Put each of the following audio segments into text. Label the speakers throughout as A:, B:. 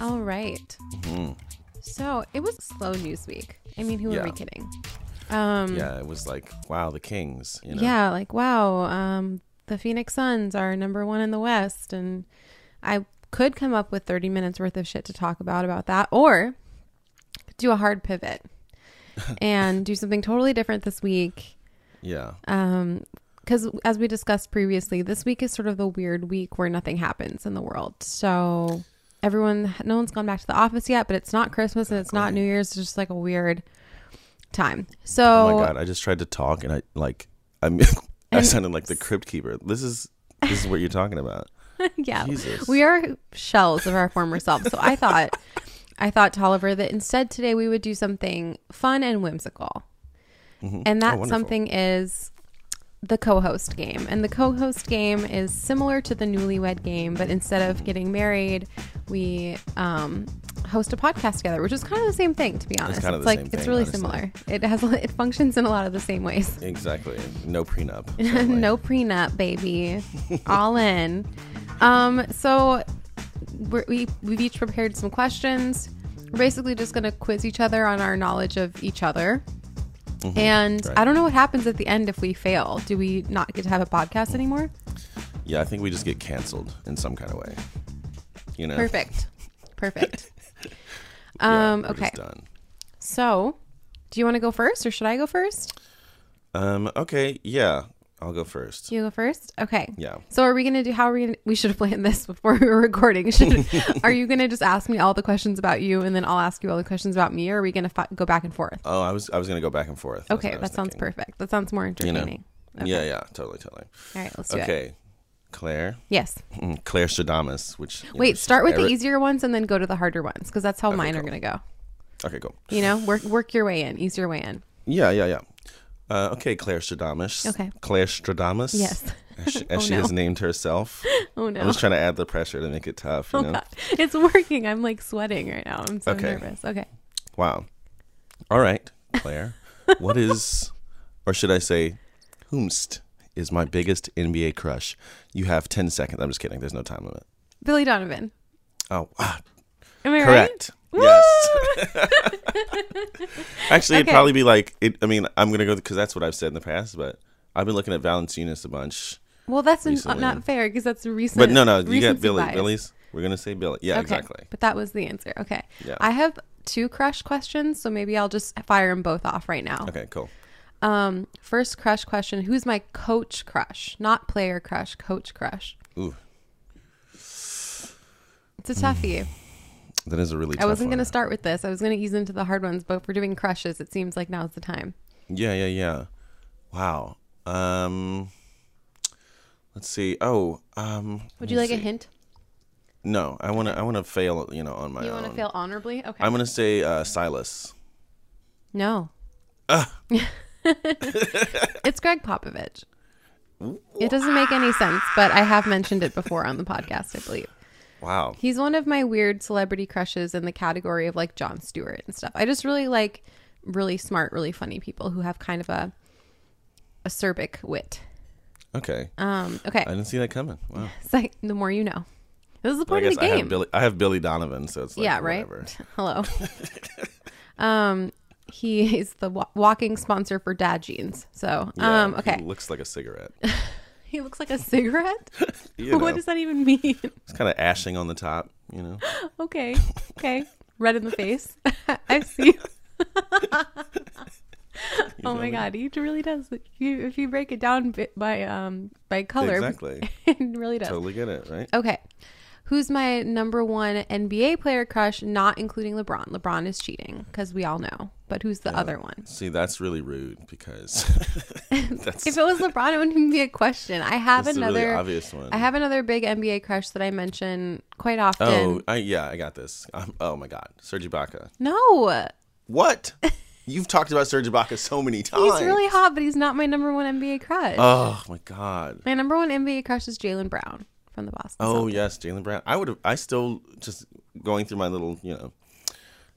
A: All right.
B: Mm.
A: So it was a slow news week. I mean, who are we
B: Yeah.
A: kidding? Um, yeah.
B: Yeah, it was like, wow, the Kings. You know?
A: like wow, um, the Phoenix Suns are number one in the West, and I could come up with thirty minutes worth of shit to talk about about that, or do a hard pivot and do something totally different this week.
B: Yeah.
A: Um, because as we discussed previously, this week is sort of the weird week where nothing happens in the world. So everyone, no one's gone back to the office yet, but it's not Christmas and it's not New Year's. It's just like a weird time. So
B: oh my god, I just tried to talk and I like I'm I
A: And-
B: sounded like the crypt keeper. This is this is what you're talking about.
A: yeah,
B: Jesus.
A: we are shells of our former selves. So I thought, I thought Tolliver that instead today we would do something fun and whimsical, and that
B: Mm-hmm. Oh, wonderful.
A: something is the co-host game. And the co-host game is similar to the newlywed game, but instead of getting married, we um, host a podcast together, which is kind of the same thing, to be honest.
B: kind of the
A: like
B: same
A: it's
B: thing,
A: really
B: honestly.
A: similar. It has it functions in a lot of the same ways.
B: Exactly. No prenup.
A: no prenup, baby. All in. Um, so we're, we we've each prepared some questions. We're basically just gonna quiz each other on our knowledge of each other. and
B: Mm-hmm. right.
A: I don't know what happens at the end if we fail. Do we not get to have a podcast anymore?
B: Yeah, I think we just get canceled in some kind of way. You know.
A: Perfect. Perfect.
B: Yeah,
A: um,
B: we're just
A: okay.
B: done.
A: So, do you want to go first or should I go first?
B: Um okay, yeah. I'll go first.
A: You go first. Okay.
B: Yeah.
A: So are we gonna do? How are we? Gonna, we should have planned this before we were recording. Should, are you gonna just ask me all the questions about you, and then I'll ask you all the questions about me, or are we gonna fi- go back and forth?
B: Oh, I was I was going to go back and forth. That's
A: okay,
B: what I
A: that
B: was
A: sounds
B: thinking.
A: perfect. That sounds more
B: You know.
A: entertaining.
B: Yeah, yeah, totally, totally.
A: All right, let's do it.
B: okay. Claire.
A: Yes.
B: Mm, Claire Stradamus, which you know,
A: Wait. Start with the
B: every-
A: easier ones, and then go to the harder ones, because that's how mine are
B: cool.
A: gonna go.
B: Okay, cool.
A: You know, work work your way in, ease your way in.
B: Yeah, yeah, yeah. Uh, okay, Claire Stradamus.
A: Okay.
B: Claire Stradamus.
A: Yes.
B: As she, as
A: Oh,
B: she
A: no.
B: has named herself.
A: Oh
B: I
A: no, Oh,
B: was trying to add the pressure to make it tough, you know?
A: it's working. I'm like sweating right now. I'm so
B: Okay.
A: nervous. Okay.
B: Wow. All right, Claire. what is, or should I say, whomst is my biggest NBA crush? You have 10 seconds. I'm just kidding. There's no time limit.
A: Billy Donovan.
B: Oh, ah,
A: Am I right?
B: correct. Yes. Actually, it'd
A: Okay.
B: probably be like, it, I mean, I'm going to go because that's what I've said in the past, but I've been looking at Valentinus a bunch.
A: Well, that's an,
B: Recently.
A: not fair because that's recent.
B: But no, no, you got
A: recency
B: Billy.
A: bias.
B: Billy's. We're gonna say Billy. Yeah,
A: Okay,
B: exactly.
A: But that was the answer. Okay.
B: Yeah.
A: I have two crush questions, so maybe I'll just fire them both off right now.
B: Okay, cool.
A: Um, first crush question: Who's my coach crush? Not player crush, coach crush.
B: Ooh,
A: It's a toughie.
B: that is a really.
A: I
B: tough
A: wasn't
B: one.
A: gonna start with this. I was gonna ease into the hard ones, but if we're doing crushes, it seems like now's the time.
B: Yeah, yeah, yeah. Wow. Um, let's see. Oh, um,
A: Would you like
B: let's
A: a
B: see.
A: hint?
B: No, I wanna, I wanna fail. You know, on my
A: You
B: own.
A: want to fail honorably? Okay.
B: Um, I'm gonna say uh, Silas.
A: no.
B: Uh.
A: it's Greg Popovich. It doesn't make any sense, but I have mentioned it before on the podcast, I believe.
B: Wow.
A: He's one of my weird celebrity crushes in the category of like John Stewart and stuff. I just really like really smart, really funny people who have kind of a acerbic wit.
B: Okay.
A: Um, okay,
B: I didn't see that coming. Wow.
A: it's like the more you know. This is the
B: I
A: point
B: guess
A: of the
B: I
A: game.
B: have Billy. I have Billy Donovan, so it's like
A: yeah, right.
B: whatever.
A: Hello. um, he is the wa- walking sponsor for Dad Jeans. So,
B: Yeah,
A: um,
B: he
A: okay,
B: looks like a cigarette.
A: he looks like a cigarette.
B: You know,
A: What does that even mean?
B: it's kind of ashing on the top. You know.
A: okay, okay, red in the face. I see.
B: You
A: Oh
B: feel
A: my
B: me?
A: god, it really does. If you, if you break it down bit by um by color,
B: Exactly.
A: it really does.
B: Totally get it. Right.
A: Okay, who's my number one NBA player crush? Not including LeBron. LeBron is cheating because we all know. But who's the other one?
B: See, that's really rude because that's,
A: If it was LeBron, it wouldn't even be a question. I have
B: that's a
A: another.
B: really obvious one.
A: I have another big NBA crush that I mention quite often.
B: oh, I, yeah, I got this. Um, oh my God, Serge Ibaka.
A: No,
B: What? You've talked about Serge Ibaka so many times.
A: he's really hot, but he's not my number one NBA crush.
B: Oh my God.
A: my number one NBA crush is Jalen Brown from the Boston.
B: Oh
A: Celtics.
B: yes, Jalen Brown. I would have. I still just going through my little, you know,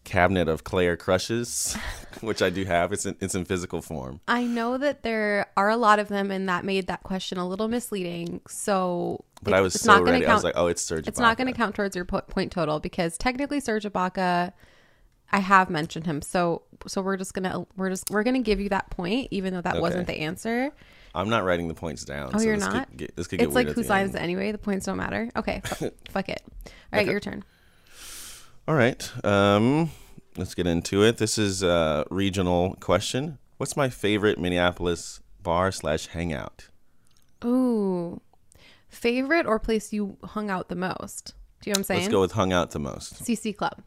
B: cabinet of Claire crushes, which I do have. It's in, it's in physical form.
A: I know that there are a lot of them, and that made that question a little misleading. So,
B: But
A: it-
B: I was
A: it's
B: so
A: not gonna
B: ready. I was
A: count-
B: like, oh, it's Serge
A: it's not going
B: Ibaka.
A: to count towards your po- point total because technically Serge Ibaka, I have mentioned him. So, so we're just gonna we're just we're gonna give you that point, even though that wasn't the answer.
B: I'm not writing the points down.
A: Oh, you're
B: this
A: not?
B: Could get, this could get
A: It's like
B: weird at
A: whose
B: the
A: line is
B: end.
A: it anyway? The points don't matter. Okay, fu- fuck it. All right, your turn.
B: All right. Um, let's get into it. This is a regional question. What's my favorite Minneapolis bar slash hangout?
A: Ooh, favorite or place you hung out the most? Do you know what I'm saying?
B: Let's go with hung out the most.
A: CC Club.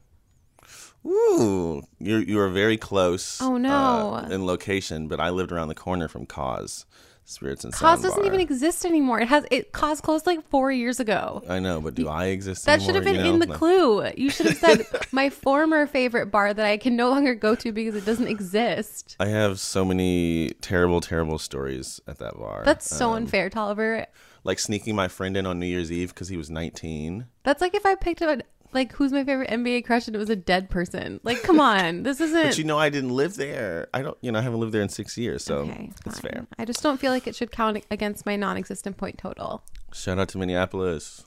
B: Ooh, you you are very close.
A: Oh, no.
B: uh, in location, but I lived around the corner from Cause Spirits and
A: Cause
B: Sound
A: doesn't
B: Bar.
A: even exist anymore. It has it Cause closed like four years ago.
B: I know, but do I exist?
A: That should have
B: anymore?
A: been
B: You
A: in
B: know,
A: the
B: like-
A: clue. You should have said my former favorite bar that I can no longer go to because it doesn't exist.
B: I have so many terrible, terrible stories at that bar.
A: That's so
B: Um,
A: unfair, Tolliver.
B: like sneaking my friend in on New Year's Eve because he was 19.
A: That's like if I picked up like who's my favorite NBA crush and it was a dead person. Like, come on, this
B: But
A: isn't
B: you know, I didn't live there. I don't, you know, I haven't lived there in six years, so
A: okay.
B: that's
A: fine.
B: fair.
A: I just don't feel like it should count against my non-existent point total.
B: Shout out to Minneapolis.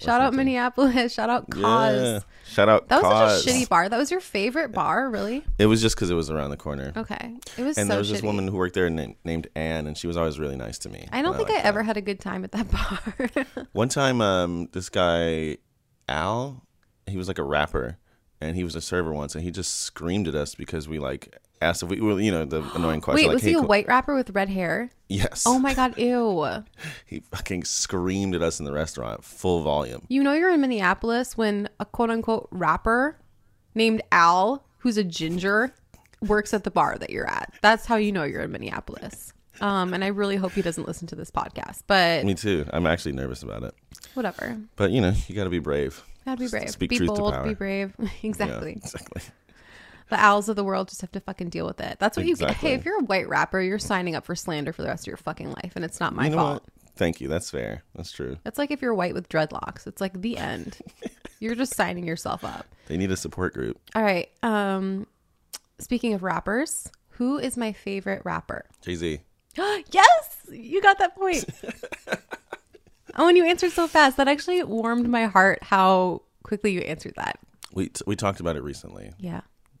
A: shout out Minneapolis. Shout out Cause.
B: Yeah. Shout out
A: That was
B: Cause.
A: such a shitty bar. That was your favorite bar, really?
B: It was just because it was around the corner.
A: Okay, it was
B: And
A: so
B: there was
A: shitty.
B: this woman who worked there named, named Anne, and she was always really nice to me.
A: I don't think I ever had a good time at that bar.
B: One time, um, this guy Al, he was like a rapper, and he was a server once, and he just screamed at us because we like asked if we, well, you know, the annoying question.
A: Wait,
B: like,
A: was
B: hey,
A: he a
B: qu-
A: white rapper with red hair?
B: Yes.
A: Oh my god, ew.
B: He fucking screamed at us in the restaurant, full volume.
A: You know you're in Minneapolis when a quote unquote rapper named Al, who's a ginger, works at the bar that you're at. That's how you know you're in Minneapolis. Um, and I really hope he doesn't listen to this podcast, but
B: Me too. I'm actually nervous about it,
A: whatever.
B: but you know, you got to be brave.
A: Gotta be
B: S-
A: brave.
B: Speak
A: be
B: truth
A: bold,
B: to power.
A: be brave.
B: Yeah,
A: exactly.
B: exactly.
A: The owls of the world just have to fucking deal with it. That's what you get.
B: Exactly.
A: Hey, if you're a white rapper, you're signing up for slander for the rest of your fucking life, and it's not my
B: You know
A: fault.
B: what? Thank you. That's fair. That's true.
A: That's like if you're white with dreadlocks. It's like the end. you're just signing yourself up.
B: They need a support group.
A: All right. Um, speaking of rappers, who is my favorite rapper?
B: Jay Z.
A: yes, you got that point. oh, and you answered so fast. That actually warmed my heart. How quickly you answered that.
B: We t- we talked about it recently.
A: Yeah.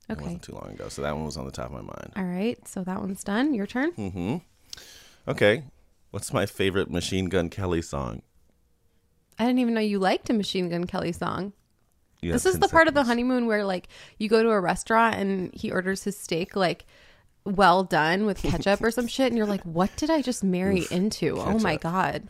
B: It
A: Okay.
B: wasn't too long ago, so that one was on the top of my mind.
A: All right. So that one's done. Your turn.
B: Hmm. Okay, what's my favorite Machine Gun Kelly song?
A: I didn't even know you liked a Machine Gun Kelly song.
B: You
A: This
B: have
A: is
B: 10
A: the part of the
B: seconds.
A: honeymoon where like you go to a restaurant and he orders his steak like well done with ketchup or some shit and you're like what did I just marry into? Oh my god.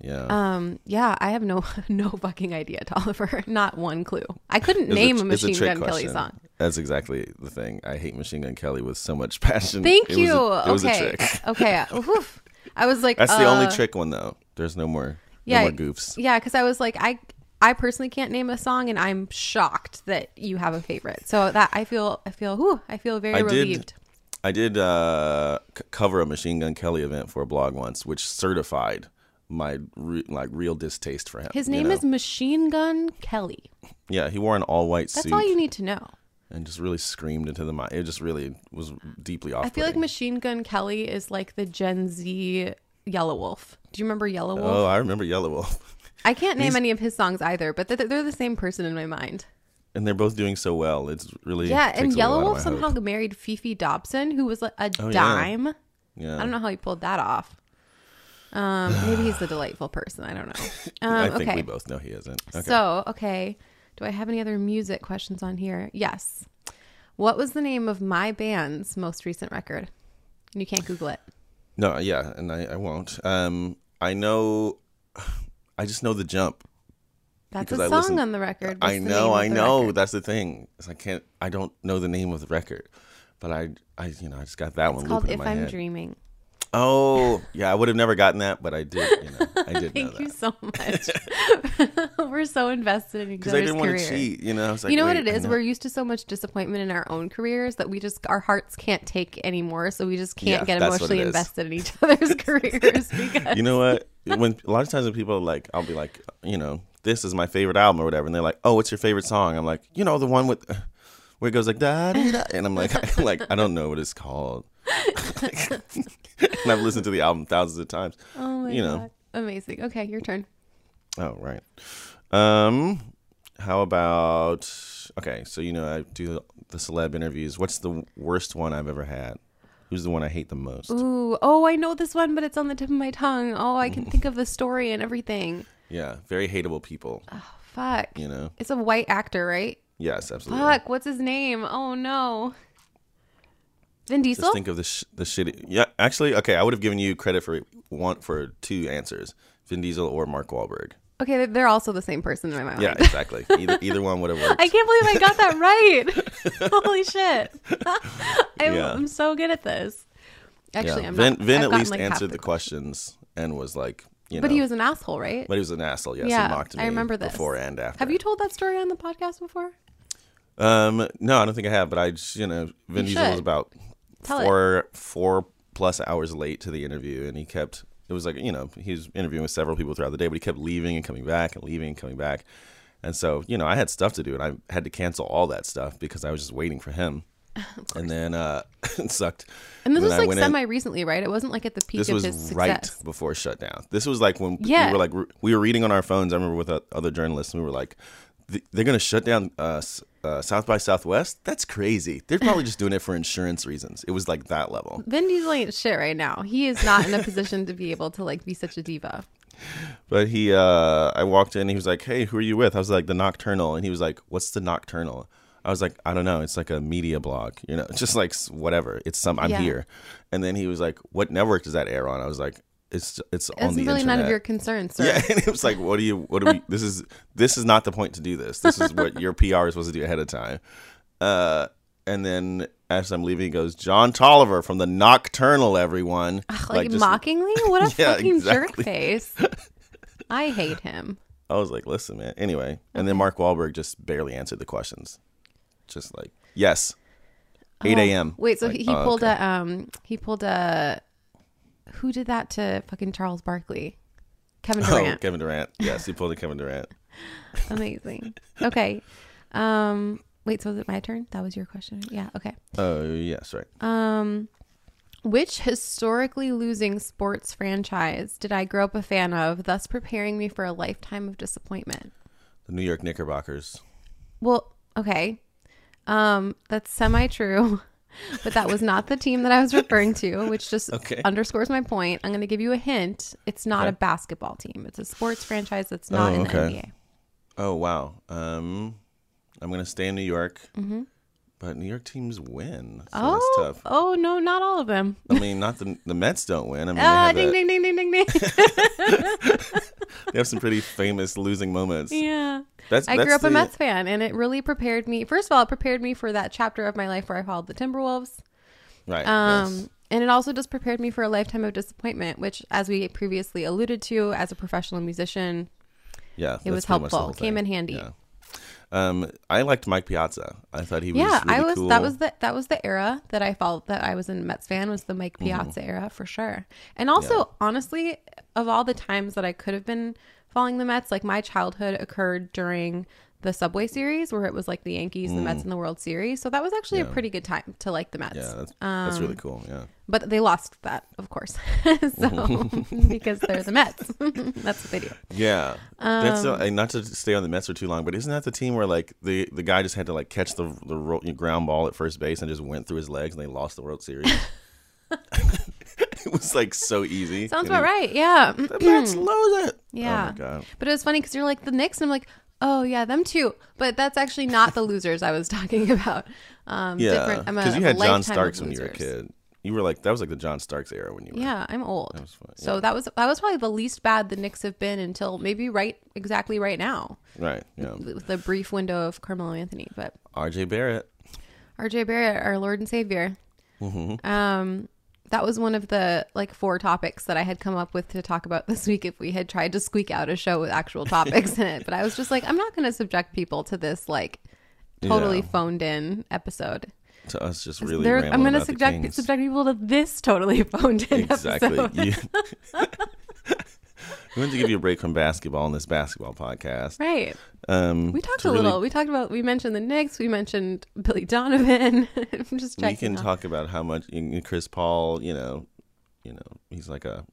B: Yeah,
A: Um yeah, I have no no fucking idea, Tolliver. Not one clue. I couldn't
B: It's
A: name a,
B: it's
A: Machine
B: trick
A: Gun Kelly
B: question.
A: song.
B: That's exactly the thing. I hate Machine Gun Kelly with so much passion.
A: Thank
B: It was
A: you.
B: a- it was a
A: okay.
B: trick.
A: okay. uh, Oof. I was like
B: That's the
A: uh,
B: only trick one though. There's no more.
A: yeah,
B: no more goofs.
A: Yeah, because I was like, I I personally can't name a song, and I'm shocked that you have a favorite. So that I feel, I feel, whew, I feel very
B: I did-
A: relieved.
B: I did uh, c- cover a Machine Gun Kelly event for a blog once, which certified my re- like real distaste for him.
A: His
B: you
A: name
B: know?
A: is Machine Gun Kelly.
B: yeah. He wore an all white
A: That's
B: suit
A: all you need to know.
B: and just really screamed into the mic. It just really was deeply off.
A: I feel like Machine Gun Kelly is like the Gen Z Yellow Wolf. Do you remember Yellow Wolf?
B: oh, I remember Yellow Wolf,
A: I can't name any of his songs either, but they're, they're the same person in my mind.
B: and they're both doing so well. It's really
A: Yeah,
B: takes
A: and
B: away a lot
A: Yellow
B: of
A: Wolf
B: my
A: somehow
B: hope. Oh,
A: married Fifi Dobson, who was like a
B: yeah.
A: dime.
B: yeah.
A: I don't know how he pulled that off. Um, maybe he's a delightful person. I don't know.
B: I
A: Um,
B: think
A: okay.
B: we both know he isn't. Okay.
A: So, okay. Do I have any other music questions on here? Yes. What was the name of my band's most recent record? And you can't Google it.
B: No, yeah, and I, I won't. Um, I know, I just know the jump.
A: That's
B: Because
A: a
B: I
A: song
B: listened-
A: on the record. What's
B: I
A: the
B: know, I
A: name of the
B: know.
A: record?
B: That's the thing. is I can't. I don't know the name of the record, but I, I, you know, I just got that one
A: It's called
B: looping in
A: If
B: my
A: I'm
B: head.
A: Dreaming.
B: Oh, yeah, I would have never gotten that, but I did. You know, I did know
A: Thank you
B: that
A: so much. We're so invested in each
B: because I
A: other's
B: didn't want
A: career.
B: to cheat. You know, I was like,
A: you know what
B: wait,
A: it
B: I
A: is?
B: know-
A: We're used to so much disappointment in our own careers that we just our hearts can't take anymore, so we just can't
B: Yeah,
A: get
B: that's what
A: emotionally
B: it is.
A: invested in each other's careers because
B: You know what? When a lot of times when people are like, I'll be like, you know, this is my favorite album or whatever, and they're like, oh, what's your favorite song? I'm like, you know, the one with. where it goes like da dee, da, and I'm like, like I don't know what it's called. and I've listened to the album thousands of times.
A: Oh my
B: You know.
A: god. Amazing. Okay, your turn.
B: Oh right. Um, how about okay? So you know I do the celeb interviews. What's the worst one I've ever had? Who's the one I hate the most?
A: Ooh, oh, I know this one, but it's on the tip of my tongue. Oh, I can think of the story and everything.
B: Yeah, very hateable people.
A: Fuck.
B: You know.
A: It's a white actor, right?
B: Yes, absolutely.
A: Fuck, what's his name? Oh no. Vin
B: Just
A: Diesel?
B: think of the sh- the shitty. Yeah, actually, okay. I would have given you credit for one for two answers: Vin Diesel or Mark Wahlberg.
A: Okay, they- they're also the same person in my mind.
B: Yeah, exactly. Either, either one would have worked.
A: I can't believe I got that right. Holy shit. I'm,
B: Yeah.
A: I'm so good at this. Actually,
B: yeah.
A: I'm
B: Vin,
A: not.
B: Vin
A: I've
B: at
A: gotten,
B: least
A: like, half
B: answered the questions and was like, you know,
A: But he was an asshole, right?
B: but he was an asshole. Yes,
A: Yeah,
B: he mocked me.
A: I remember this.
B: before and after.
A: Have you told that story on the podcast before?
B: Um, no, I don't think I have. But I, just, you know, Vin
A: You
B: Diesel was
A: should.
B: about
A: Tell it.
B: four four plus hours late to the interview, and he kept. It was like you know he was interviewing with several people throughout the day, but he kept leaving and coming back and leaving and coming back, and so you know I had stuff to do, and I had to cancel all that stuff because I was just waiting for him. And then uh, it sucked.
A: And this
B: then
A: was
B: I
A: like
B: went in-
A: semi recently, right? It wasn't like at the peak
B: this
A: of
B: was
A: his success.
B: right before shutdown. This was like when
A: Yeah.
B: we were like re- we were reading on our phones. I remember with uh, other journalists, and we were like, "Th- "They're going to shut down uh, S- uh, South by Southwest? That's crazy. They're probably just doing it for insurance reasons." It was like that level.
A: Vin Diesel ain't shit right now. He is not in a position to be able to like be such a diva.
B: But he, uh, I walked in. He was like, "Hey, who are you with?" I was like, "The Nocturnal," and he was like, "What's the Nocturnal?" I was like, "I don't know. It's like a media blog, you know, just like s- whatever. It's some. I'm
A: Yeah.
B: here." And then he was like, "What network does that air on?" I was like, "It's it's on
A: It's
B: the
A: really
B: internet."
A: none of your concern, sir.
B: Yeah, and it was like, what do you? What do we? This is this is not the point to do this. This is what your PR is supposed to do ahead of time. Uh, and then as I'm leaving, he goes, John Tolliver from the Nocturnal, everyone.
A: Like, mockingly? What a
B: Yeah,
A: fucking
B: exactly.
A: jerk face. I hate him.
B: I was like, listen, man. Anyway, and then Mark Wahlberg just barely answered the questions, just like, yes,
A: Um,
B: eight a.m.
A: Wait, so
B: Like,
A: he, he
B: oh,
A: pulled
B: okay.
A: a um he pulled a who did that to fucking Charles Barkley? Kevin
B: Oh,
A: Durant.
B: Kevin Durant. Yes, he pulled a Kevin Durant.
A: Amazing. Okay. Um wait, so is it my turn? That was your question. Yeah, okay.
B: Oh, yes, right.
A: Um which historically losing sports franchise did I grow up a fan of, thus preparing me for a lifetime of disappointment?
B: The New York Knickerbockers.
A: Well, okay. Um, that's semi true, but that was not the team that I was referring to, which just
B: Okay.
A: underscores my point. I'm going to give you a hint. It's not a basketball team. It's a sports franchise that's not
B: Oh,
A: in the
B: okay.
A: NBA.
B: Oh wow. Um, I'm gonna stay in New York, but New York teams win, so
A: Mm-hmm. oh,
B: that's tough.
A: oh no, not all of them.
B: I mean, not the the Mets don't win. I mean,
A: Ah,
B: they, have
A: ding,
B: that-
A: ding, ding, ding, ding, ding.
B: they have some pretty famous losing moments.
A: yeah.
B: That's,
A: I
B: that's
A: grew up
B: the-
A: a Mets fan, and it really prepared me. First of all, it prepared me for that chapter of my life where I followed the Timberwolves.
B: right?
A: Um,
B: yes.
A: And it also just prepared me for a lifetime of disappointment, which, as we previously alluded to, as a professional musician,
B: yeah,
A: it was
B: that's pretty much the
A: helpful.
B: whole
A: Came
B: thing.
A: in handy.
B: Yeah. Um, I liked Mike Piazza. I thought he was
A: yeah,
B: really
A: I was.
B: cool.
A: That was the that was the era that I felt that I was in Mets fan was the Mike Piazza era for sure. And also,
B: Mm-hmm. Yeah.
A: honestly, of all the times that I could have been following the Mets, like my childhood occurred during the Subway Series, where it was like the Yankees, the Mets, and the World Series. So that was actually a pretty good time to like the Mets.
B: Mm. yeah, that's, that's
A: um,
B: really cool. Yeah,
A: But they lost that, of course, so because they're the Mets. That's what they do.
B: yeah. that's
A: Um,
B: the- and not to stay on the Mets for too long, but isn't that the team where like the, the guy just had to like catch the the ro- ground ball at first base and just went through his legs and they lost the World Series? it was like so easy.
A: Sounds
B: And
A: about
B: he-
A: right. Hmm. Yeah. Mm,
B: The Mets lose it.
A: Yeah.
B: Oh my god.
A: But it was funny because you're like the Knicks, and I'm like, oh yeah, them too. But that's actually not the losers I was talking about. Um,
B: Yeah,
A: different- I'm a-
B: because you
A: I'm a
B: had
A: lifetime
B: John
A: of
B: Starks when you were a
A: losers.
B: kid. You were like that was like the John Starks era when you were.
A: Yeah, I'm old.
B: fun,
A: So that was that was probably the least bad the Knicks have been until maybe right exactly right now
B: Right. Yeah.
A: with the brief window of Carmelo Anthony, but
B: R.J. Barrett.
A: R.J. Barrett, our Lord and Savior.
B: Mm-hmm.
A: Um, that was one of the like four topics that I had come up with to talk about this week if we had tried to squeak out a show with actual topics in it. But I was just like, I'm not going to subject people to this like totally
B: Yeah.
A: phoned in episode.
B: To us, just really.
A: They're-
B: rambling
A: I'm going to
B: about the
A: subject
B: Kings.
A: subject people to this totally phoned in
B: Exactly.
A: episode.
B: You, We wanted to give you a break from basketball on this basketball podcast.
A: Right.
B: Um,
A: We talked
B: to
A: a
B: really-
A: little. We talked about. We mentioned the Knicks. We mentioned Billy Donovan. I'm just checking.
B: we can
A: off.
B: talk about how much you know, Chris Paul, you know, you know, he's like a,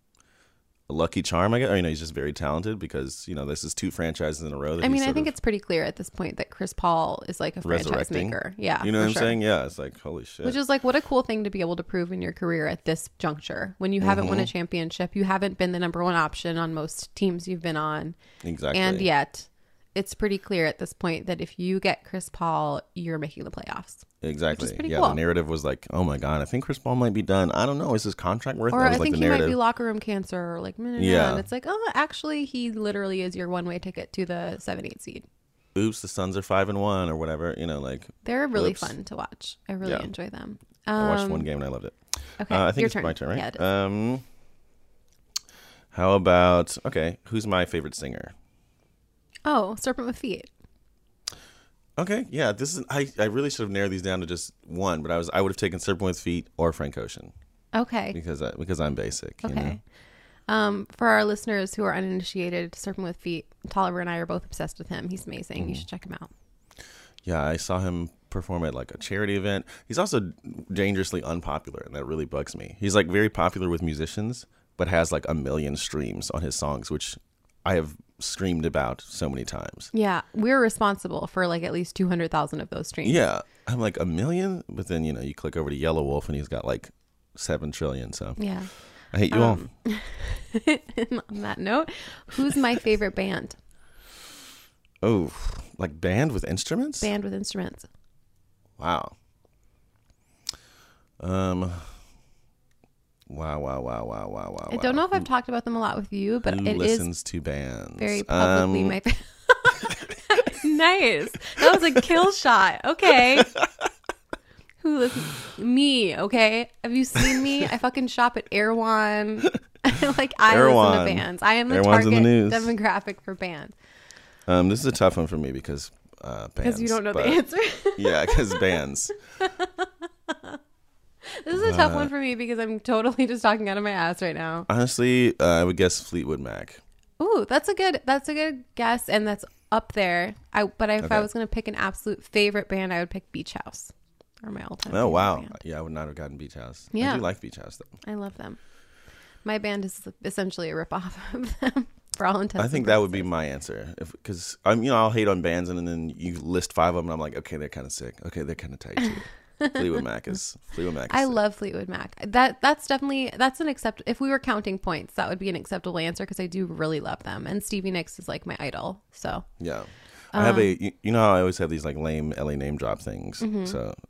B: a lucky charm, I guess. Or, you know, he's just very talented because you know this is two franchises in a row. That
A: I
B: he's
A: mean, I
B: sort
A: think
B: of-
A: it's pretty clear at this point that Chris Paul is like a franchise
B: Resurrecting.
A: maker. Yeah,
B: you know what
A: for
B: I'm
A: sure.
B: saying. Yeah, it's like holy shit.
A: Which is like what a cool thing to be able to prove in your career at this juncture when you haven't
B: Mm-hmm.
A: won a championship, you haven't been the number one option on most teams you've been on,
B: exactly.
A: and yet it's pretty clear at this point that if you get Chris Paul, you're making the playoffs.
B: exactly.
A: pretty
B: yeah,
A: cool.
B: the narrative was like, oh my god, I think Chris Paul might be done. I don't know. Is his contract worth? it?
A: Or
B: that
A: I
B: was like
A: think
B: the
A: he might
B: narrative.
A: be locker room cancer, or like no, no, no.
B: Yeah.
A: And it's like, oh, actually, he literally is your one way ticket to the seven eight seed.
B: Oops, the Suns are five and one or whatever. You know, like
A: They're really
B: Oops.
A: fun to watch. I really
B: Yeah.
A: enjoy them.
B: I watched
A: Um,
B: one game and I loved it.
A: Okay,
B: Uh, I think
A: your
B: it's my turn, right?
A: Yeah, it is.
B: um, how about okay? Who's my favorite singer?
A: oh, serpent with feet.
B: Okay, yeah, this is I. I really should have narrowed these down to just one, but I was I would have taken Serpent with Feet or Frank Ocean
A: Okay.
B: because I, because I'm basic. You know?
A: Okay. Um, for our listeners who are uninitiated, Serpent with Feet, Tolliver and I are both obsessed with him. He's amazing.
B: Mm.
A: You should check him out.
B: Yeah, I saw him perform at like a charity event. He's also dangerously unpopular, and that really bugs me. He's like very popular with musicians, but has like a million streams on his songs, which I have screamed about so many times.
A: Yeah, we're responsible for like at least two hundred thousand of those streams.
B: Yeah, I'm like a million, but then you know you click over to Yellow Wolf, and he's got like seven trillion. So
A: Yeah.
B: I hate you all.
A: And on that note, who's my favorite band?
B: Oh, like band with instruments?
A: Band with instruments.
B: Wow. Um. Wow! Wow! Wow! Wow! Wow! Wow!
A: I don't know if I've talked about them a lot with you, but
B: Who
A: it is
B: listens to bands?
A: very publicly
B: Um,
A: my favorite. nice. That was a kill shot. Okay. Who listens? Me. Okay. Have you seen me? I fucking shop at Erewhon. like I
B: Erewhon.
A: listen to bands. I am the
B: Erewhon's in the
A: target
B: news.
A: demographic for bands
B: um, this is a tough one for me because uh, bands.
A: because you don't know
B: but-
A: the answer.
B: yeah, because bands.
A: this is a tough one for me because I'm totally just talking out of my ass right now.
B: Honestly, uh, I would guess Fleetwood Mac.
A: Ooh, that's a good that's a good guess, and that's up there. I but if I
B: Okay.
A: was gonna pick an absolute favorite band, I would pick Beach House. Or my all time.
B: Oh wow! Yeah, I would not have gotten Beach House. I
A: Yeah.
B: do like Beach House though.
A: I love them. My band is essentially a ripoff of them for all intents.
B: I think that would be my answer, because I'm you know I'll hate on bands and then you list five of them and I'm like okay they're kind of sick okay they're kind of tight too. Fleetwood Mac is Fleetwood Mac. Is
A: I
B: sick.
A: love Fleetwood Mac. That that's definitely that's an accept. If we were counting points, that would be an acceptable answer because I do really love them. And Stevie Nicks is like my idol. So
B: Yeah. I have
A: Um,
B: a, you, you know, how I always have these like lame LA name drop things. So I'm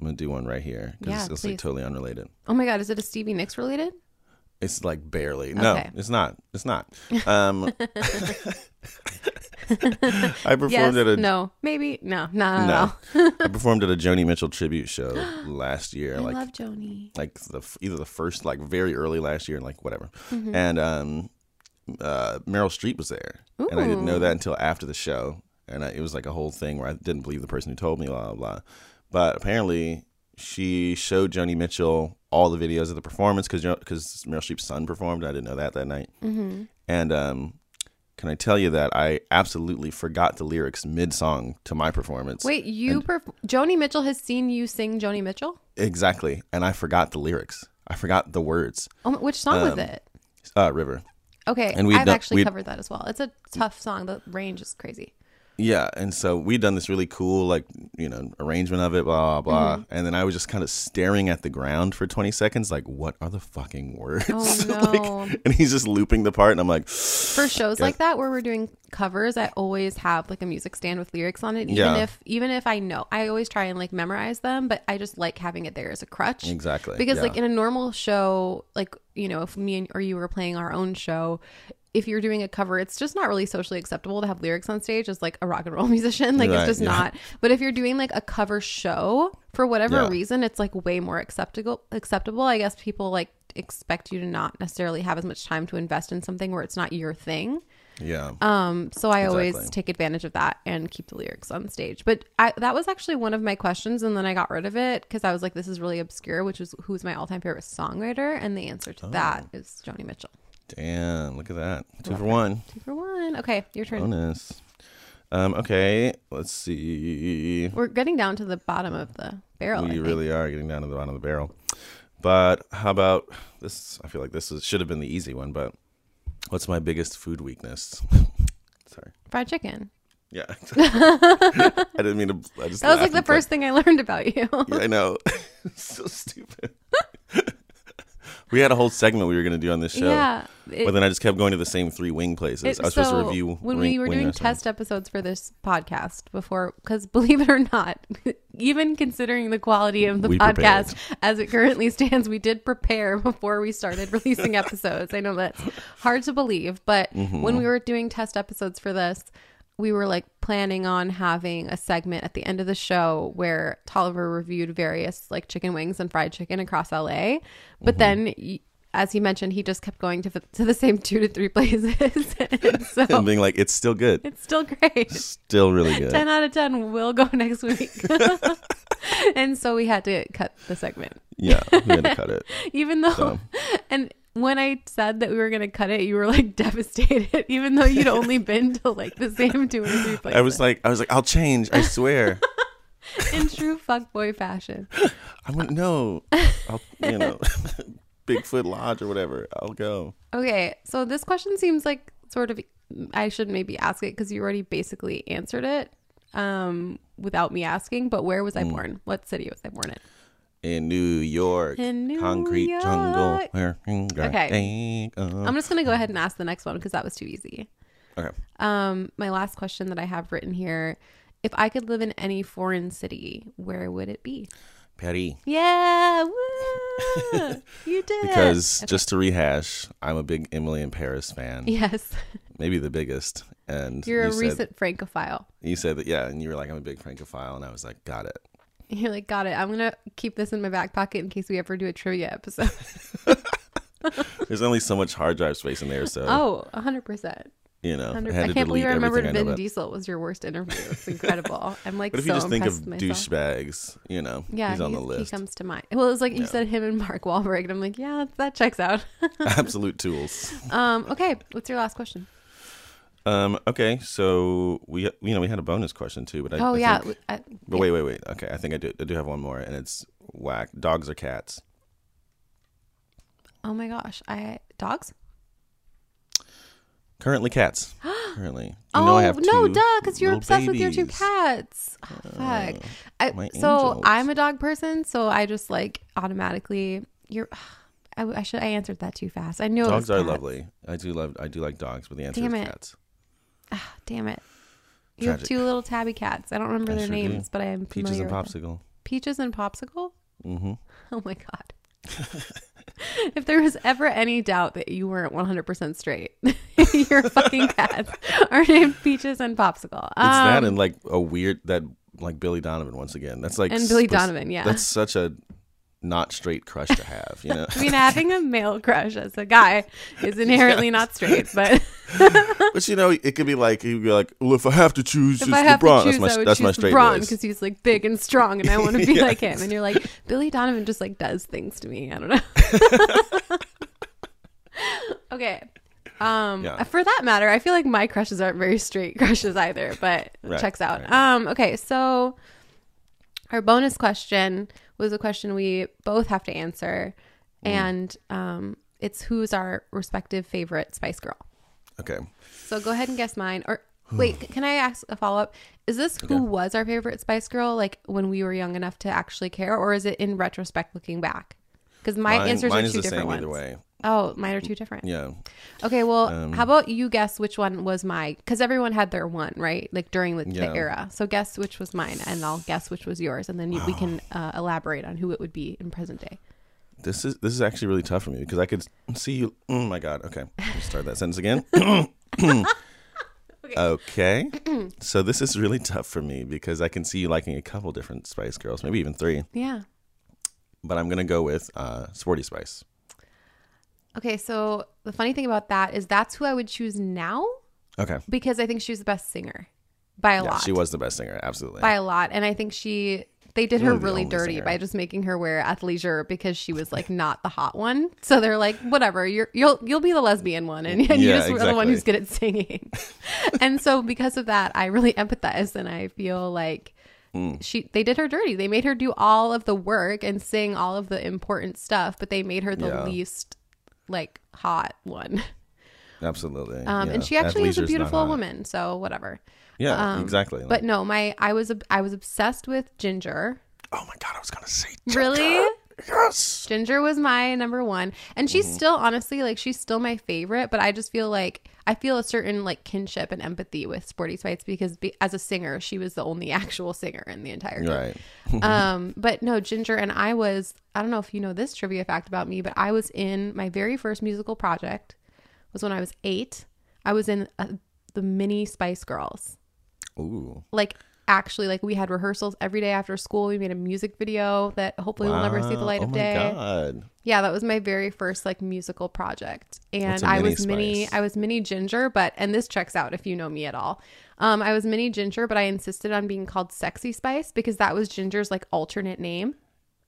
B: going to do one right here because
A: Mm-hmm. Yeah,
B: it's, it's like
A: please.
B: totally unrelated.
A: oh my god, is it a Stevie Nicks related?
B: It's like barely. No,
A: Okay.
B: it's not. It's not. Um, I performed
A: Yes.
B: at a,
A: no. Maybe no. Not at
B: no.
A: all.
B: I performed at a Joni Mitchell tribute show last year.
A: I
B: like,
A: love Joni.
B: like the f- either the first like very early last year and like whatever
A: Mm-hmm.
B: and um uh meryl streep was there and i didn't know
A: Ooh.
B: that until after the show and I, it was like a whole thing where i didn't believe the person who told me blah blah blah but apparently she showed joni mitchell all the videos of the performance because because meryl streep's son performed i didn't know that that night
A: Mm-hmm.
B: and um can I tell you that I absolutely forgot the lyrics mid song to my performance?
A: Wait, you perf- Joni Mitchell has seen you sing Joni Mitchell?
B: Exactly. And I forgot the lyrics. I forgot the words.
A: Oh, my- which song was it?
B: Uh, River.
A: Okay,
B: and we'd
A: I've
B: done-
A: actually
B: we'd-
A: covered that as well. It's a tough song. The range is crazy.
B: Yeah, and so we'd done this really cool, like you know, arrangement of it, blah blah,
A: Mm-hmm.
B: blah. and then I was just kind of staring at the ground for twenty seconds, like, what are the fucking words?
A: Oh, no.
B: like, and he's just looping the part, and I'm like,
A: for shows like that where we're doing covers i always have like a music stand with lyrics on it even
B: Yeah.
A: if even if i know i always try and like memorize them but i just like having it there as a crutch
B: Exactly,
A: because like
B: yeah.
A: in a normal show like you know if me and or you were playing our own show if you're doing a cover it's just not really socially acceptable to have lyrics on stage as like a rock and roll musician like
B: Right,
A: it's just
B: yeah.
A: not but if you're doing like a cover show for whatever
B: Yeah.
A: reason it's like way more acceptable acceptable i guess people like expect you to not necessarily have as much time to invest in something where it's not your thing
B: yeah,
A: um, so I always
B: Exactly.
A: take advantage of that and keep the lyrics on stage. But I, that was actually one of my questions, and then I got rid of it because I was
B: Oh.
A: like, "This is really obscure." Which was who's my all-time favorite songwriter, and the answer to that is Joni Mitchell.
B: Damn, look at that. Two
A: Love
B: for
A: it.
B: one.
A: Two for one. Okay, your turn.
B: Bonus. Um, okay, let's see.
A: We're getting down to the bottom of the barrel. I
B: We
A: think.
B: really are getting down to the bottom of the barrel. But how about this? I feel like this is, should have been the easy one, but what's my biggest food weakness? Sorry.
A: Fried chicken.
B: Yeah. I didn't mean to. I just
A: That was like
B: laughed
A: the
B: and thought-
A: first thing I learned about you.
B: Yeah, I know. so stupid. we had a whole segment we were going to do on this show.
A: yeah. it-
B: But then I just kept going to the same three wing places.
A: it-
B: I was supposed
A: so
B: to review
A: when
B: wing-
A: we were
B: wing
A: doing
B: restaurants.
A: test episodes for this podcast before, because believe it or not, even considering the quality of the
B: We
A: podcast as it currently stands, we did prepare before we started releasing episodes. I know that's hard to believe, but when we were doing test episodes for this, we were like planning on having a segment at the end of the show where Tolliver reviewed various like chicken wings and fried chicken across LA. But then y then, as he mentioned, he just kept going to the, to the same two to three places. And so
B: and being like, it's still good.
A: it's still great.
B: Still really good.
A: 10 out of 10 will go next week. and so we had to cut the segment.
B: Yeah, we had to cut it.
A: Even though,
B: So.
A: and when I said that we were going to cut it, you were like devastated, even though you'd only been to like the same two or three places.
B: I was like, I was like, I'll change. I swear.
A: in true fuckboy fashion.
B: I wouldn't know. I'll, you know, Bigfoot Lodge or whatever. I'll go.
A: Okay, so this question seems like sort of I should maybe ask it because you already basically answered it um, without me asking. But where
B: Hmm.
A: was I born? What city was I born in?
B: In New York,
A: In New
B: concrete
A: York.
B: jungle. Where
A: Okay. I'm just gonna go ahead and ask the next one because that was too easy.
B: okay.
A: Um, my last question that I have written here: If I could live in any foreign city, where would it be?
B: Paris.
A: Yeah, woo! you did it.
B: Because just to rehash, I'm a big Emily in Paris fan,
A: yes,
B: maybe the biggest. And
A: you're
B: you
A: a
B: said,
A: recent Francophile.
B: You said that, yeah, and you were like, I'm a big francophile, and I was like, got it.
A: You're like, got it. I'm gonna keep this in my back pocket in case we ever do a trivia episode.
B: There's only so much hard drive space in there, so
A: Oh, 100%.
B: you know,
A: Hundred-
B: I had
A: I
B: to
A: can't
B: delete
A: believe I remembered
B: everything I know
A: Vin
B: about.
A: Diesel was your worst interview. It's incredible. I'm like
B: But if
A: so
B: you just think of
A: impressed with myself.
B: douchebags, you know,
A: yeah,
B: he's on the
A: he
B: list.
A: comes to mind. Well, it was like you
B: Yeah.
A: said him and Mark Wahlberg, and I'm like, yeah, that checks out.
B: Absolute tools.
A: um, okay, what's your last question?
B: Um, okay, so we you know we had a bonus question too, but I,
A: oh
B: I
A: yeah,
B: think-
A: I-
B: but wait, wait, wait. Okay, I think I do I do have one more, and it's whack. Dogs or cats?
A: oh my gosh, I dogs.
B: Currently, cats. Currently, you
A: oh
B: know I have
A: no,
B: two
A: duh, because you're
B: little
A: obsessed with your two
B: babies. Uh,
A: cats. Oh, fuck. I, so
B: my angels.
A: I'm a dog person, so I just like automatically. You're. I, I should. I answered that too fast. I knew it was
B: Dogs are
A: cats.
B: lovely. I do love. I do like dogs, but the answer
A: Damn
B: is
A: it.
B: cats.
A: Ah, damn it. You have
B: Tragic.
A: two little tabby cats. I don't remember
B: I
A: their
B: sure do.
A: names, but I am familiar
B: Peaches and
A: with them.
B: popsicle.
A: Peaches and popsicle.
B: Mm-hmm.
A: Oh my god. if there was ever any doubt that you weren't 100% straight, your fucking cats are named Peaches and Popsicle. Um,
B: It's that and like a weird that like Billy Donovan once again. That's like
A: and Billy
B: sp-
A: Donovan, yeah.
B: That's such a not straight crush to have, you know.
A: I mean, having a male crush as a guy is inherently not straight, but
B: but you know, it could be like he'd be like, "Well, if I have to choose,
A: if
B: it's
A: I have
B: LeBron."
A: to choose,
B: that's my
A: I would
B: that's my
A: choose
B: straight
A: LeBron
B: voice.
A: because he's like big and strong, and I want to be like him. And you're like, Billy Donovan just like does things to me. I don't know. okay. Um,
B: Yeah.
A: for that matter, I feel like my crushes aren't very straight crushes either, but it
B: Right,
A: checks out.
B: right.
A: Um, okay, so our bonus question was a question we both have to answer,
B: Mm.
A: and um, it's who's our respective favorite Spice Girl.
B: Okay,
A: So go ahead and guess mine. Or wait, c- can I ask a follow up? Is this who
B: Okay.
A: was our favorite Spice Girl, like when we were young enough to actually care, or is it in retrospect looking back? Because my
B: mine,
A: answers
B: mine
A: are
B: is
A: two
B: the
A: different
B: same
A: ones.
B: either way.
A: Oh, mine are two different.
B: Yeah,
A: Okay, well,
B: Um,
A: how about you guess which one was my? Because everyone had their one, right? Like during the,
B: Yeah.
A: the era. So guess which was mine, and I'll guess which was yours, and then you, we can uh, elaborate on who it would be in present day.
B: this is this is actually really tough for me because I could see you. Oh my god. Okay, Let me start that sentence again. okay, so this is really tough for me because I can see you liking a couple different Spice Girls, maybe even three.
A: Yeah.
B: But I'm gonna go with uh, Sporty Spice.
A: Okay, so the funny thing about that is that's who I would choose now
B: Okay.
A: because I think she was the best singer by a
B: Yeah,
A: lot.
B: she was the best singer, absolutely.
A: by a lot and i think she They did her
B: Really the
A: really
B: only
A: dirty
B: singer.
A: by just making her wear athleisure because she was like not the hot one. So they're like, whatever, you're, you'll you'll be the lesbian one, and, and you
B: Yeah,
A: just were the one who's
B: exactly.
A: good at singing. and so because of that, I really empathize, and I feel like
B: Mm.
A: she they did her dirty. They made her do all of the work and sing all of the important stuff, but they made her the
B: Yeah.
A: least like hot one.
B: Absolutely.
A: Um,
B: yeah.
A: and she actually is
B: Athleisure's
A: a
B: not
A: beautiful
B: hot.
A: woman, so whatever.
B: Yeah,
A: Um,
B: exactly. Like-
A: But no, my I was ob- I was obsessed with Ginger.
B: oh my god, I was gonna say
A: Really?
B: yes.
A: Ginger was my number one, and she's
B: Mm-hmm.
A: still honestly like she's still my favorite. But I just feel like I feel a certain like kinship and empathy with Sporty Spice because be, as a singer, she was the only actual singer in the entire group.
B: Right.
A: um, but no, Ginger and I was, I don't know if you know this trivia fact about me, but I was in my very first musical project was when I was eight. I was in uh the mini Spice Girls.
B: Ooh.
A: Like, actually, like we had rehearsals every day after school. We made a music video that hopefully will never see the
B: Wow.
A: light
B: oh
A: of
B: my
A: day.
B: God.
A: Yeah, that was my very first like musical project, and
B: That's a
A: I
B: mini
A: was mini.
B: spice.
A: I was mini Ginger, but and this checks out if you know me at all. Um, I was mini Ginger, but I insisted on being called Sexy Spice because that was Ginger's like alternate name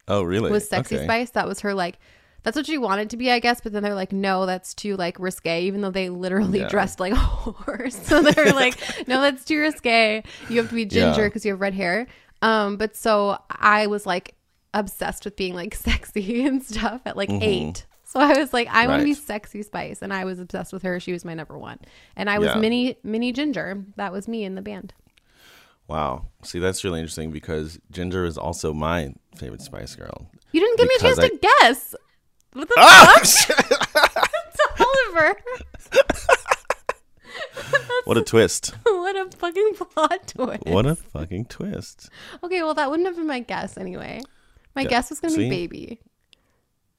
B: Oh really?
A: was Sexy
B: Okay.
A: Spice. That was her like. That's what she wanted to be, I guess. But then they're like, no, that's too like risque. Even though they literally
B: Yeah.
A: dressed like a horse, so they're like, no, that's too risque. You have to be ginger
B: Yeah.
A: because you have red hair. Um, but so I was like obsessed with being like sexy and stuff at like eight. So I was like, I want to be
B: Mm-hmm. Right.
A: Sexy Spice, and I was obsessed with her. She was my number one, and I was
B: Yeah.
A: mini mini ginger. That was me in the band.
B: Wow. See, that's really interesting because Ginger is also my favorite Spice Girl.
A: You didn't give
B: Because Ah!
A: me a chance to guess. What the fuck, Oliver?
B: what a twist!
A: what a fucking plot twist.
B: What a fucking twist!
A: Okay, well, that wouldn't have been my guess anyway. My
B: Yeah,
A: guess was going to be
B: see?
A: baby.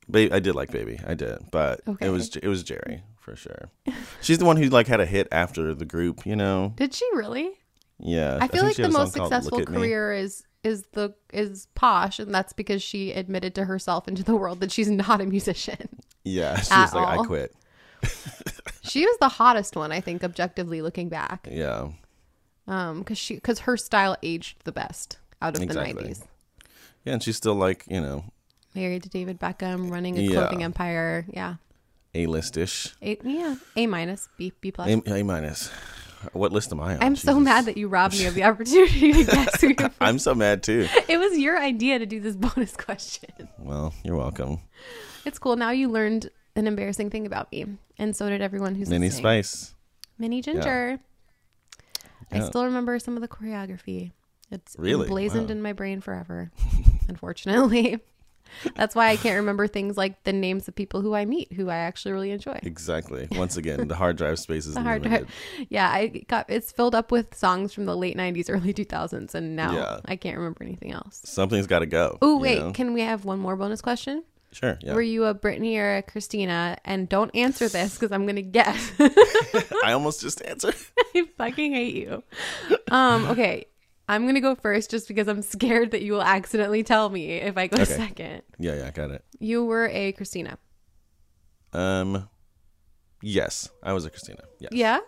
B: Ba- I did like Baby, I did, but
A: Okay.
B: it was it was Jerry for sure. She's the one who like had a hit after the group, you know.
A: Did she really?
B: Yeah,
A: I feel
B: think
A: like
B: she had
A: the
B: a song
A: most
B: called Look
A: successful
B: at Me.
A: career is is the is posh and that's because she admitted to herself and to the world that she's not a musician.
B: Yeah, she
A: at
B: was like,
A: all.
B: I quit.
A: she was the hottest one I think objectively looking back.
B: Yeah,
A: Um cuz she cuz her style aged the best out of
B: Exactly.
A: the 90s.
B: yeah, and she's still like you know
A: Married to David Beckham, running a
B: Yeah.
A: clothing empire. Yeah.
B: a list ish,
A: A, yeah. A minus, B B plus.
B: a A minus. What list am I on?
A: I'm so
B: Jesus.
A: mad that you robbed me of the opportunity to guess who your
B: I'm so mad too.
A: It was your idea to do this bonus question.
B: Well, you're welcome.
A: It's cool. Now you learned an embarrassing thing about me, and so did everyone who's
B: Mini
A: listening.
B: Spice.
A: Mini Ginger. I
B: Yeah.
A: still remember some of the choreography. It's
B: Really?
A: emblazoned
B: Wow.
A: in my brain forever. unfortunately, that's why I can't remember things like the names of people who I meet, who I actually really enjoy.
B: Exactly. Once again, the hard drive space is
A: The hard
B: limited.
A: drive. Yeah, I got it's filled up with songs from the late '90s, early 2000s, and now
B: Yeah.
A: I can't remember anything else.
B: Something's got to go.
A: Oh
B: you
A: wait,
B: know?
A: can we have one more bonus question?
B: sure. Yeah.
A: Were you a Brittany or a Christina? And don't answer this because I'm gonna guess.
B: I almost just answered.
A: I fucking hate you. Um, okay, I'm gonna go first just because I'm scared that you will accidentally tell me if I go
B: Okay.
A: second.
B: Yeah, yeah, I got it.
A: You were a Christina.
B: Um, yes, I was a Christina. Yes,
A: Yeah.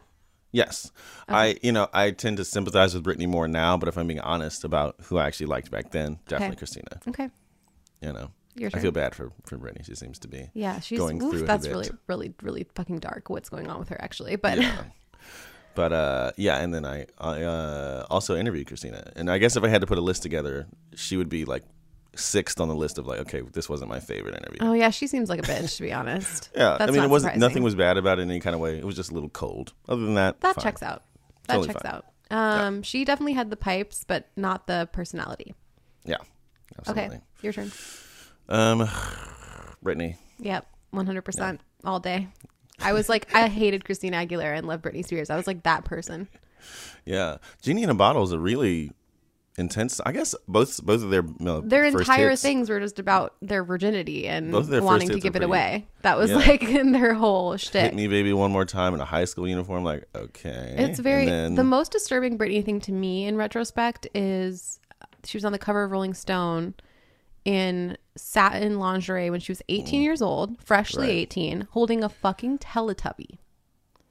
B: yes. I, you know, I tend to sympathize with Brittany more now, but if I'm being honest about who I actually liked back then, definitely Christina.
A: Okay.
B: You know,
A: Your
B: I
A: turn.
B: feel bad for for Brittany. She seems to be.
A: yeah, she's
B: going
A: oof,
B: through it a
A: that's
B: bit.
A: really, really, really fucking dark. What's going on with her actually? But
B: Yeah. But uh, yeah, and then I, I uh, also interviewed Christina, and I guess if I had to put a list together, she would be like sixth on the list of like, okay, this wasn't my favorite interview.
A: oh yeah, she seems like a bitch to be honest.
B: Yeah,
A: That's
B: I mean,
A: not
B: it wasn't
A: surprising.
B: nothing was bad about it in any kind of way. It was just a little cold. Other than that,
A: That
B: fine.
A: checks out. That
B: Totally
A: checks
B: fine.
A: out. Um, she definitely had the pipes, but not the personality.
B: Yeah, absolutely.
A: Okay, your turn.
B: Um, Brittany.
A: Yep, one hundred percent all day. I was like, I hated Christina Aguilera and loved Britney Spears. I was like that person.
B: Yeah, Genie in a Bottle is a really intense. I guess both both of their uh,
A: Their
B: first
A: entire
B: hits-
A: things were just about their virginity and
B: Both of their first
A: wanting to
B: hits
A: give
B: are
A: it
B: pretty-
A: away. That was
B: Yeah.
A: like their whole shtick.
B: Hit me, baby, one more time in a high school uniform. Like, okay,
A: It's very
B: And then-
A: the most disturbing Britney thing to me in retrospect is uh, she was on the cover of Rolling Stone in satin lingerie when she was 18 years old, freshly
B: Mm. Right.
A: 18, holding a fucking Teletubby.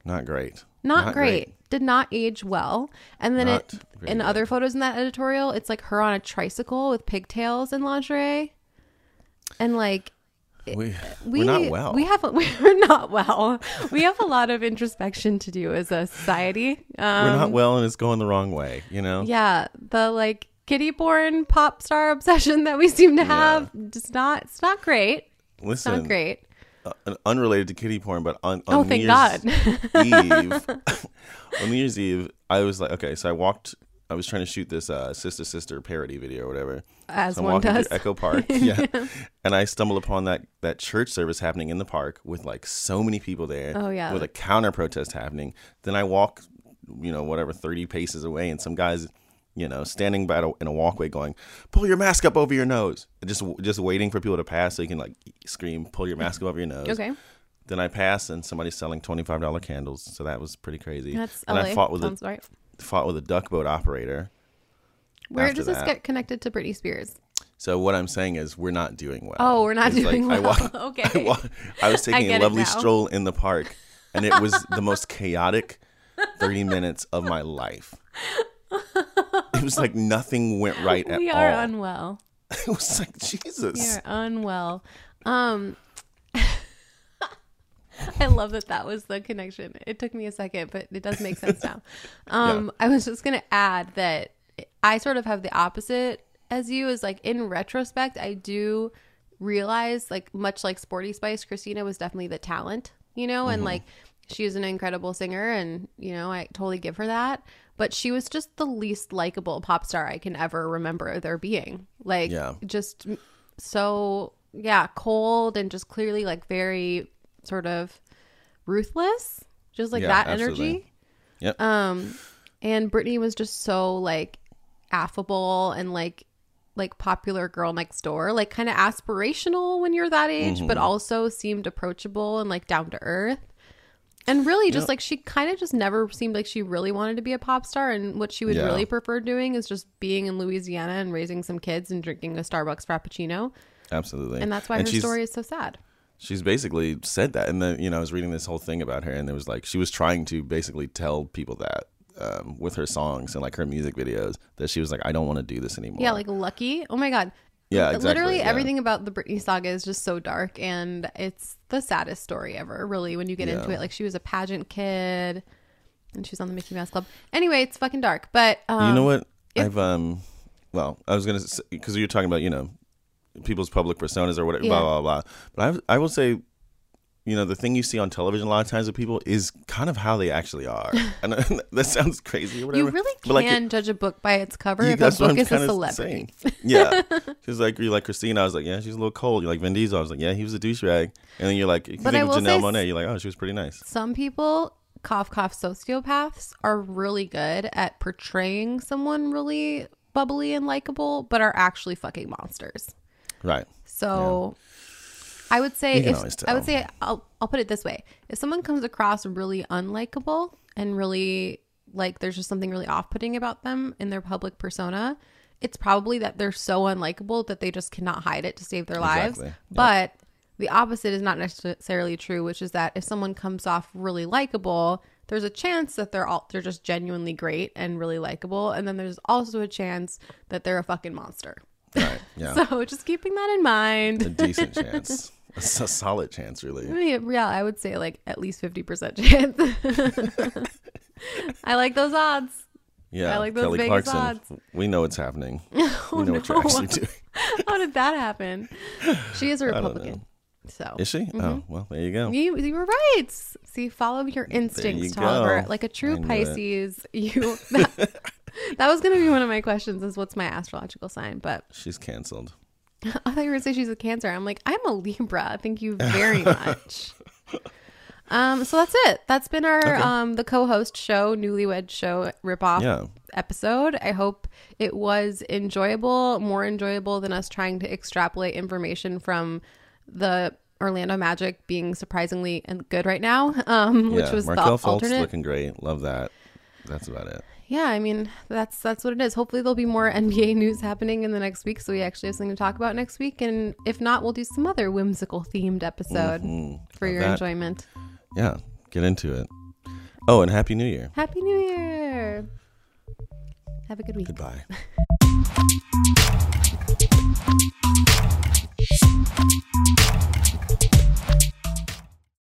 B: not great.
A: Not, great. did not age well. And then
B: Not
A: it
B: very
A: in
B: good.
A: other photos in that editorial, it's like her on a tricycle with pigtails and lingerie. And like
B: we,
A: we
B: we're not well.
A: We have we're not well. We have a lot of introspection to do as a society. Um,
B: we're not well, and it's going the wrong way. You know.
A: yeah, the like kitty porn pop star obsession that we seem to have just not it's not great. It's
B: Listen,
A: not great.
B: uh, unrelated to kitty porn, but on, on
A: Oh,
B: New
A: thank
B: Year's
A: God.
B: Eve, on New Year's Eve, I was like, okay, so I walked. I was trying to shoot this uh, sister sister parody video or whatever.
A: As
B: so I'm
A: one
B: walking
A: does.
B: through Echo Park, yeah, and I stumbled upon that that church service happening in the park with like so many people there.
A: Oh, yeah.
B: with a counter protest happening. Then I walk, you know, whatever thirty paces away, and some guys. You know, standing by a, in a walkway, going, "Pull your mask up over your nose," just just waiting for people to pass so you can like scream, "Pull your mask up over your nose."
A: Okay.
B: Then I pass, and somebody's selling twenty five dollar candles. So that was pretty crazy.
A: That's
B: and
A: LA.
B: I fought with
A: Sounds
B: a
A: right.
B: fought with a duck boat operator.
A: Where
B: after
A: does this
B: that.
A: get connected to Britney Spears?
B: So what I'm saying is we're not doing well.
A: Oh, we're not
B: It's like
A: doing
B: I
A: well.
B: walked- I,
A: okay.
B: walked- I was taking
A: get it
B: a lovely
A: now.
B: stroll in the park, and it was the most chaotic thirty minutes of my life. It was like nothing went right at
A: we
B: all.
A: are unwell.
B: it was like Jesus.
A: We are unwell. Um I love that that was the connection. It took me a second, but it does make sense now. Um I was just going to add that I sort of have the opposite as you is like in retrospect I do realize like much like Sporty Spice Christina was definitely the talent, you know, and like she was an incredible singer and you know, I totally give her that, but she was just the least likable pop star I can ever remember there being. Like
B: Yeah.
A: just m- so yeah cold and just clearly like very sort of ruthless just like
B: Yeah,
A: that
B: absolutely.
A: energy
B: Yep.
A: um and brittany was just so like affable and like like popular girl next door like kind of aspirational when you're that age
B: Mm-hmm.
A: but also seemed approachable and like down to earth and really just like she kind of just never seemed like she really wanted to be a pop star and what she would
B: Yeah.
A: really prefer doing is just being in louisiana and raising some kids and drinking a starbucks frappuccino
B: Absolutely.
A: and that's why her
B: she's-
A: story is so sad.
B: She's basically said that, and then you know I was reading this whole thing about her, and there was like she was trying to basically tell people that um, with her songs and like her music videos that she was like, I don't want to do this anymore.
A: Yeah, like Lucky. Oh my god.
B: Yeah, exactly,
A: Literally
B: yeah.
A: everything about the Britney saga is just so dark, and it's the saddest story ever. Really, when you get into it, like she was a pageant kid, and she was on the Mickey Mouse Club. Anyway, it's fucking dark. But um,
B: you know what? I've um, well, I was gonna because you're talking about you know people's public personas or whatever,
A: Yeah.
B: blah blah blah. But I I will say. You know the thing you see on television a lot of times with people is kind of how they actually are, and that sounds crazy or whatever.
A: you really
B: but
A: can
B: like, it-
A: judge a book by its cover
B: Yeah,
A: if a book
B: I'm
A: is a
B: kinda
A: celebrity.
B: saying. Yeah. She's like, you're like Christina. I was like, yeah, she's a little cold. You're like Vin Diesel. I was like, yeah, he was a douchebag. And then you're like, you
A: But I
B: think of
A: will say
B: Janelle Monet. You're like, oh, she was pretty nice.
A: Some people, cough cough, sociopaths are really good at portraying someone really bubbly and likable, but are actually fucking monsters.
B: Right.
A: So I would say
B: You can
A: if,
B: always
A: I would
B: tell.
A: say I'll I'll put it this way. If someone comes across really unlikable and really like there's just something really off-putting about them in their public persona, it's probably that they're so unlikable that they just cannot hide it to save their lives.
B: Exactly. Yep.
A: But the opposite is not necessarily true, which is that if someone comes off really likable, there's a chance that they're all they're just genuinely great and really likable, and then there's also a chance that they're a fucking monster.
B: Right. Yeah.
A: So just keeping that in mind.
B: a decent chance. A s- a solid chance, really.
A: Yeah, yeah, I would say like at least 50% chance. I like those odds.
B: Yeah.
A: I like those
B: Kelly
A: Vegas
B: Clarkson.
A: odds. Oh,
B: We know what's happening. we know what you're actually doing.
A: How did that happen? She is a
B: know.
A: Republican. So
B: Is she? Oh,
A: Mm-hmm.
B: well, there you go.
A: you, you were right. See, follow your instincts,
B: you
A: Tolliver.
B: go.
A: Like a
B: I
A: true
B: knew it.
A: Pisces, you. That, that was going to be one of my questions is what's my astrological sign? But
B: She's canceled.
A: I thought you were going to say she's a Cancer. I'm like, I'm a Libra. Thank you very much. um, so that's it. That's been our um the co-host show, newlywed show ripoff
B: Yeah.
A: episode. I hope it was enjoyable, more enjoyable than us trying to extrapolate information from the Orlando Magic being surprisingly and good right now, um,
B: yeah.
A: which was
B: Markel
A: the
B: Fultz
A: alternate.
B: looking great. Love that. That's about it.
A: Yeah, I mean that's that's what it is. Hopefully there'll be more NBA news happening in the next week, so we actually have something to talk about next week. And if not, we'll do some other whimsical themed episode for
B: Mm-hmm. Love
A: your
B: that.
A: enjoyment.
B: Yeah. Get into it. Oh, and Happy New Year.
A: Happy New Year! Have a good week.
B: Goodbye.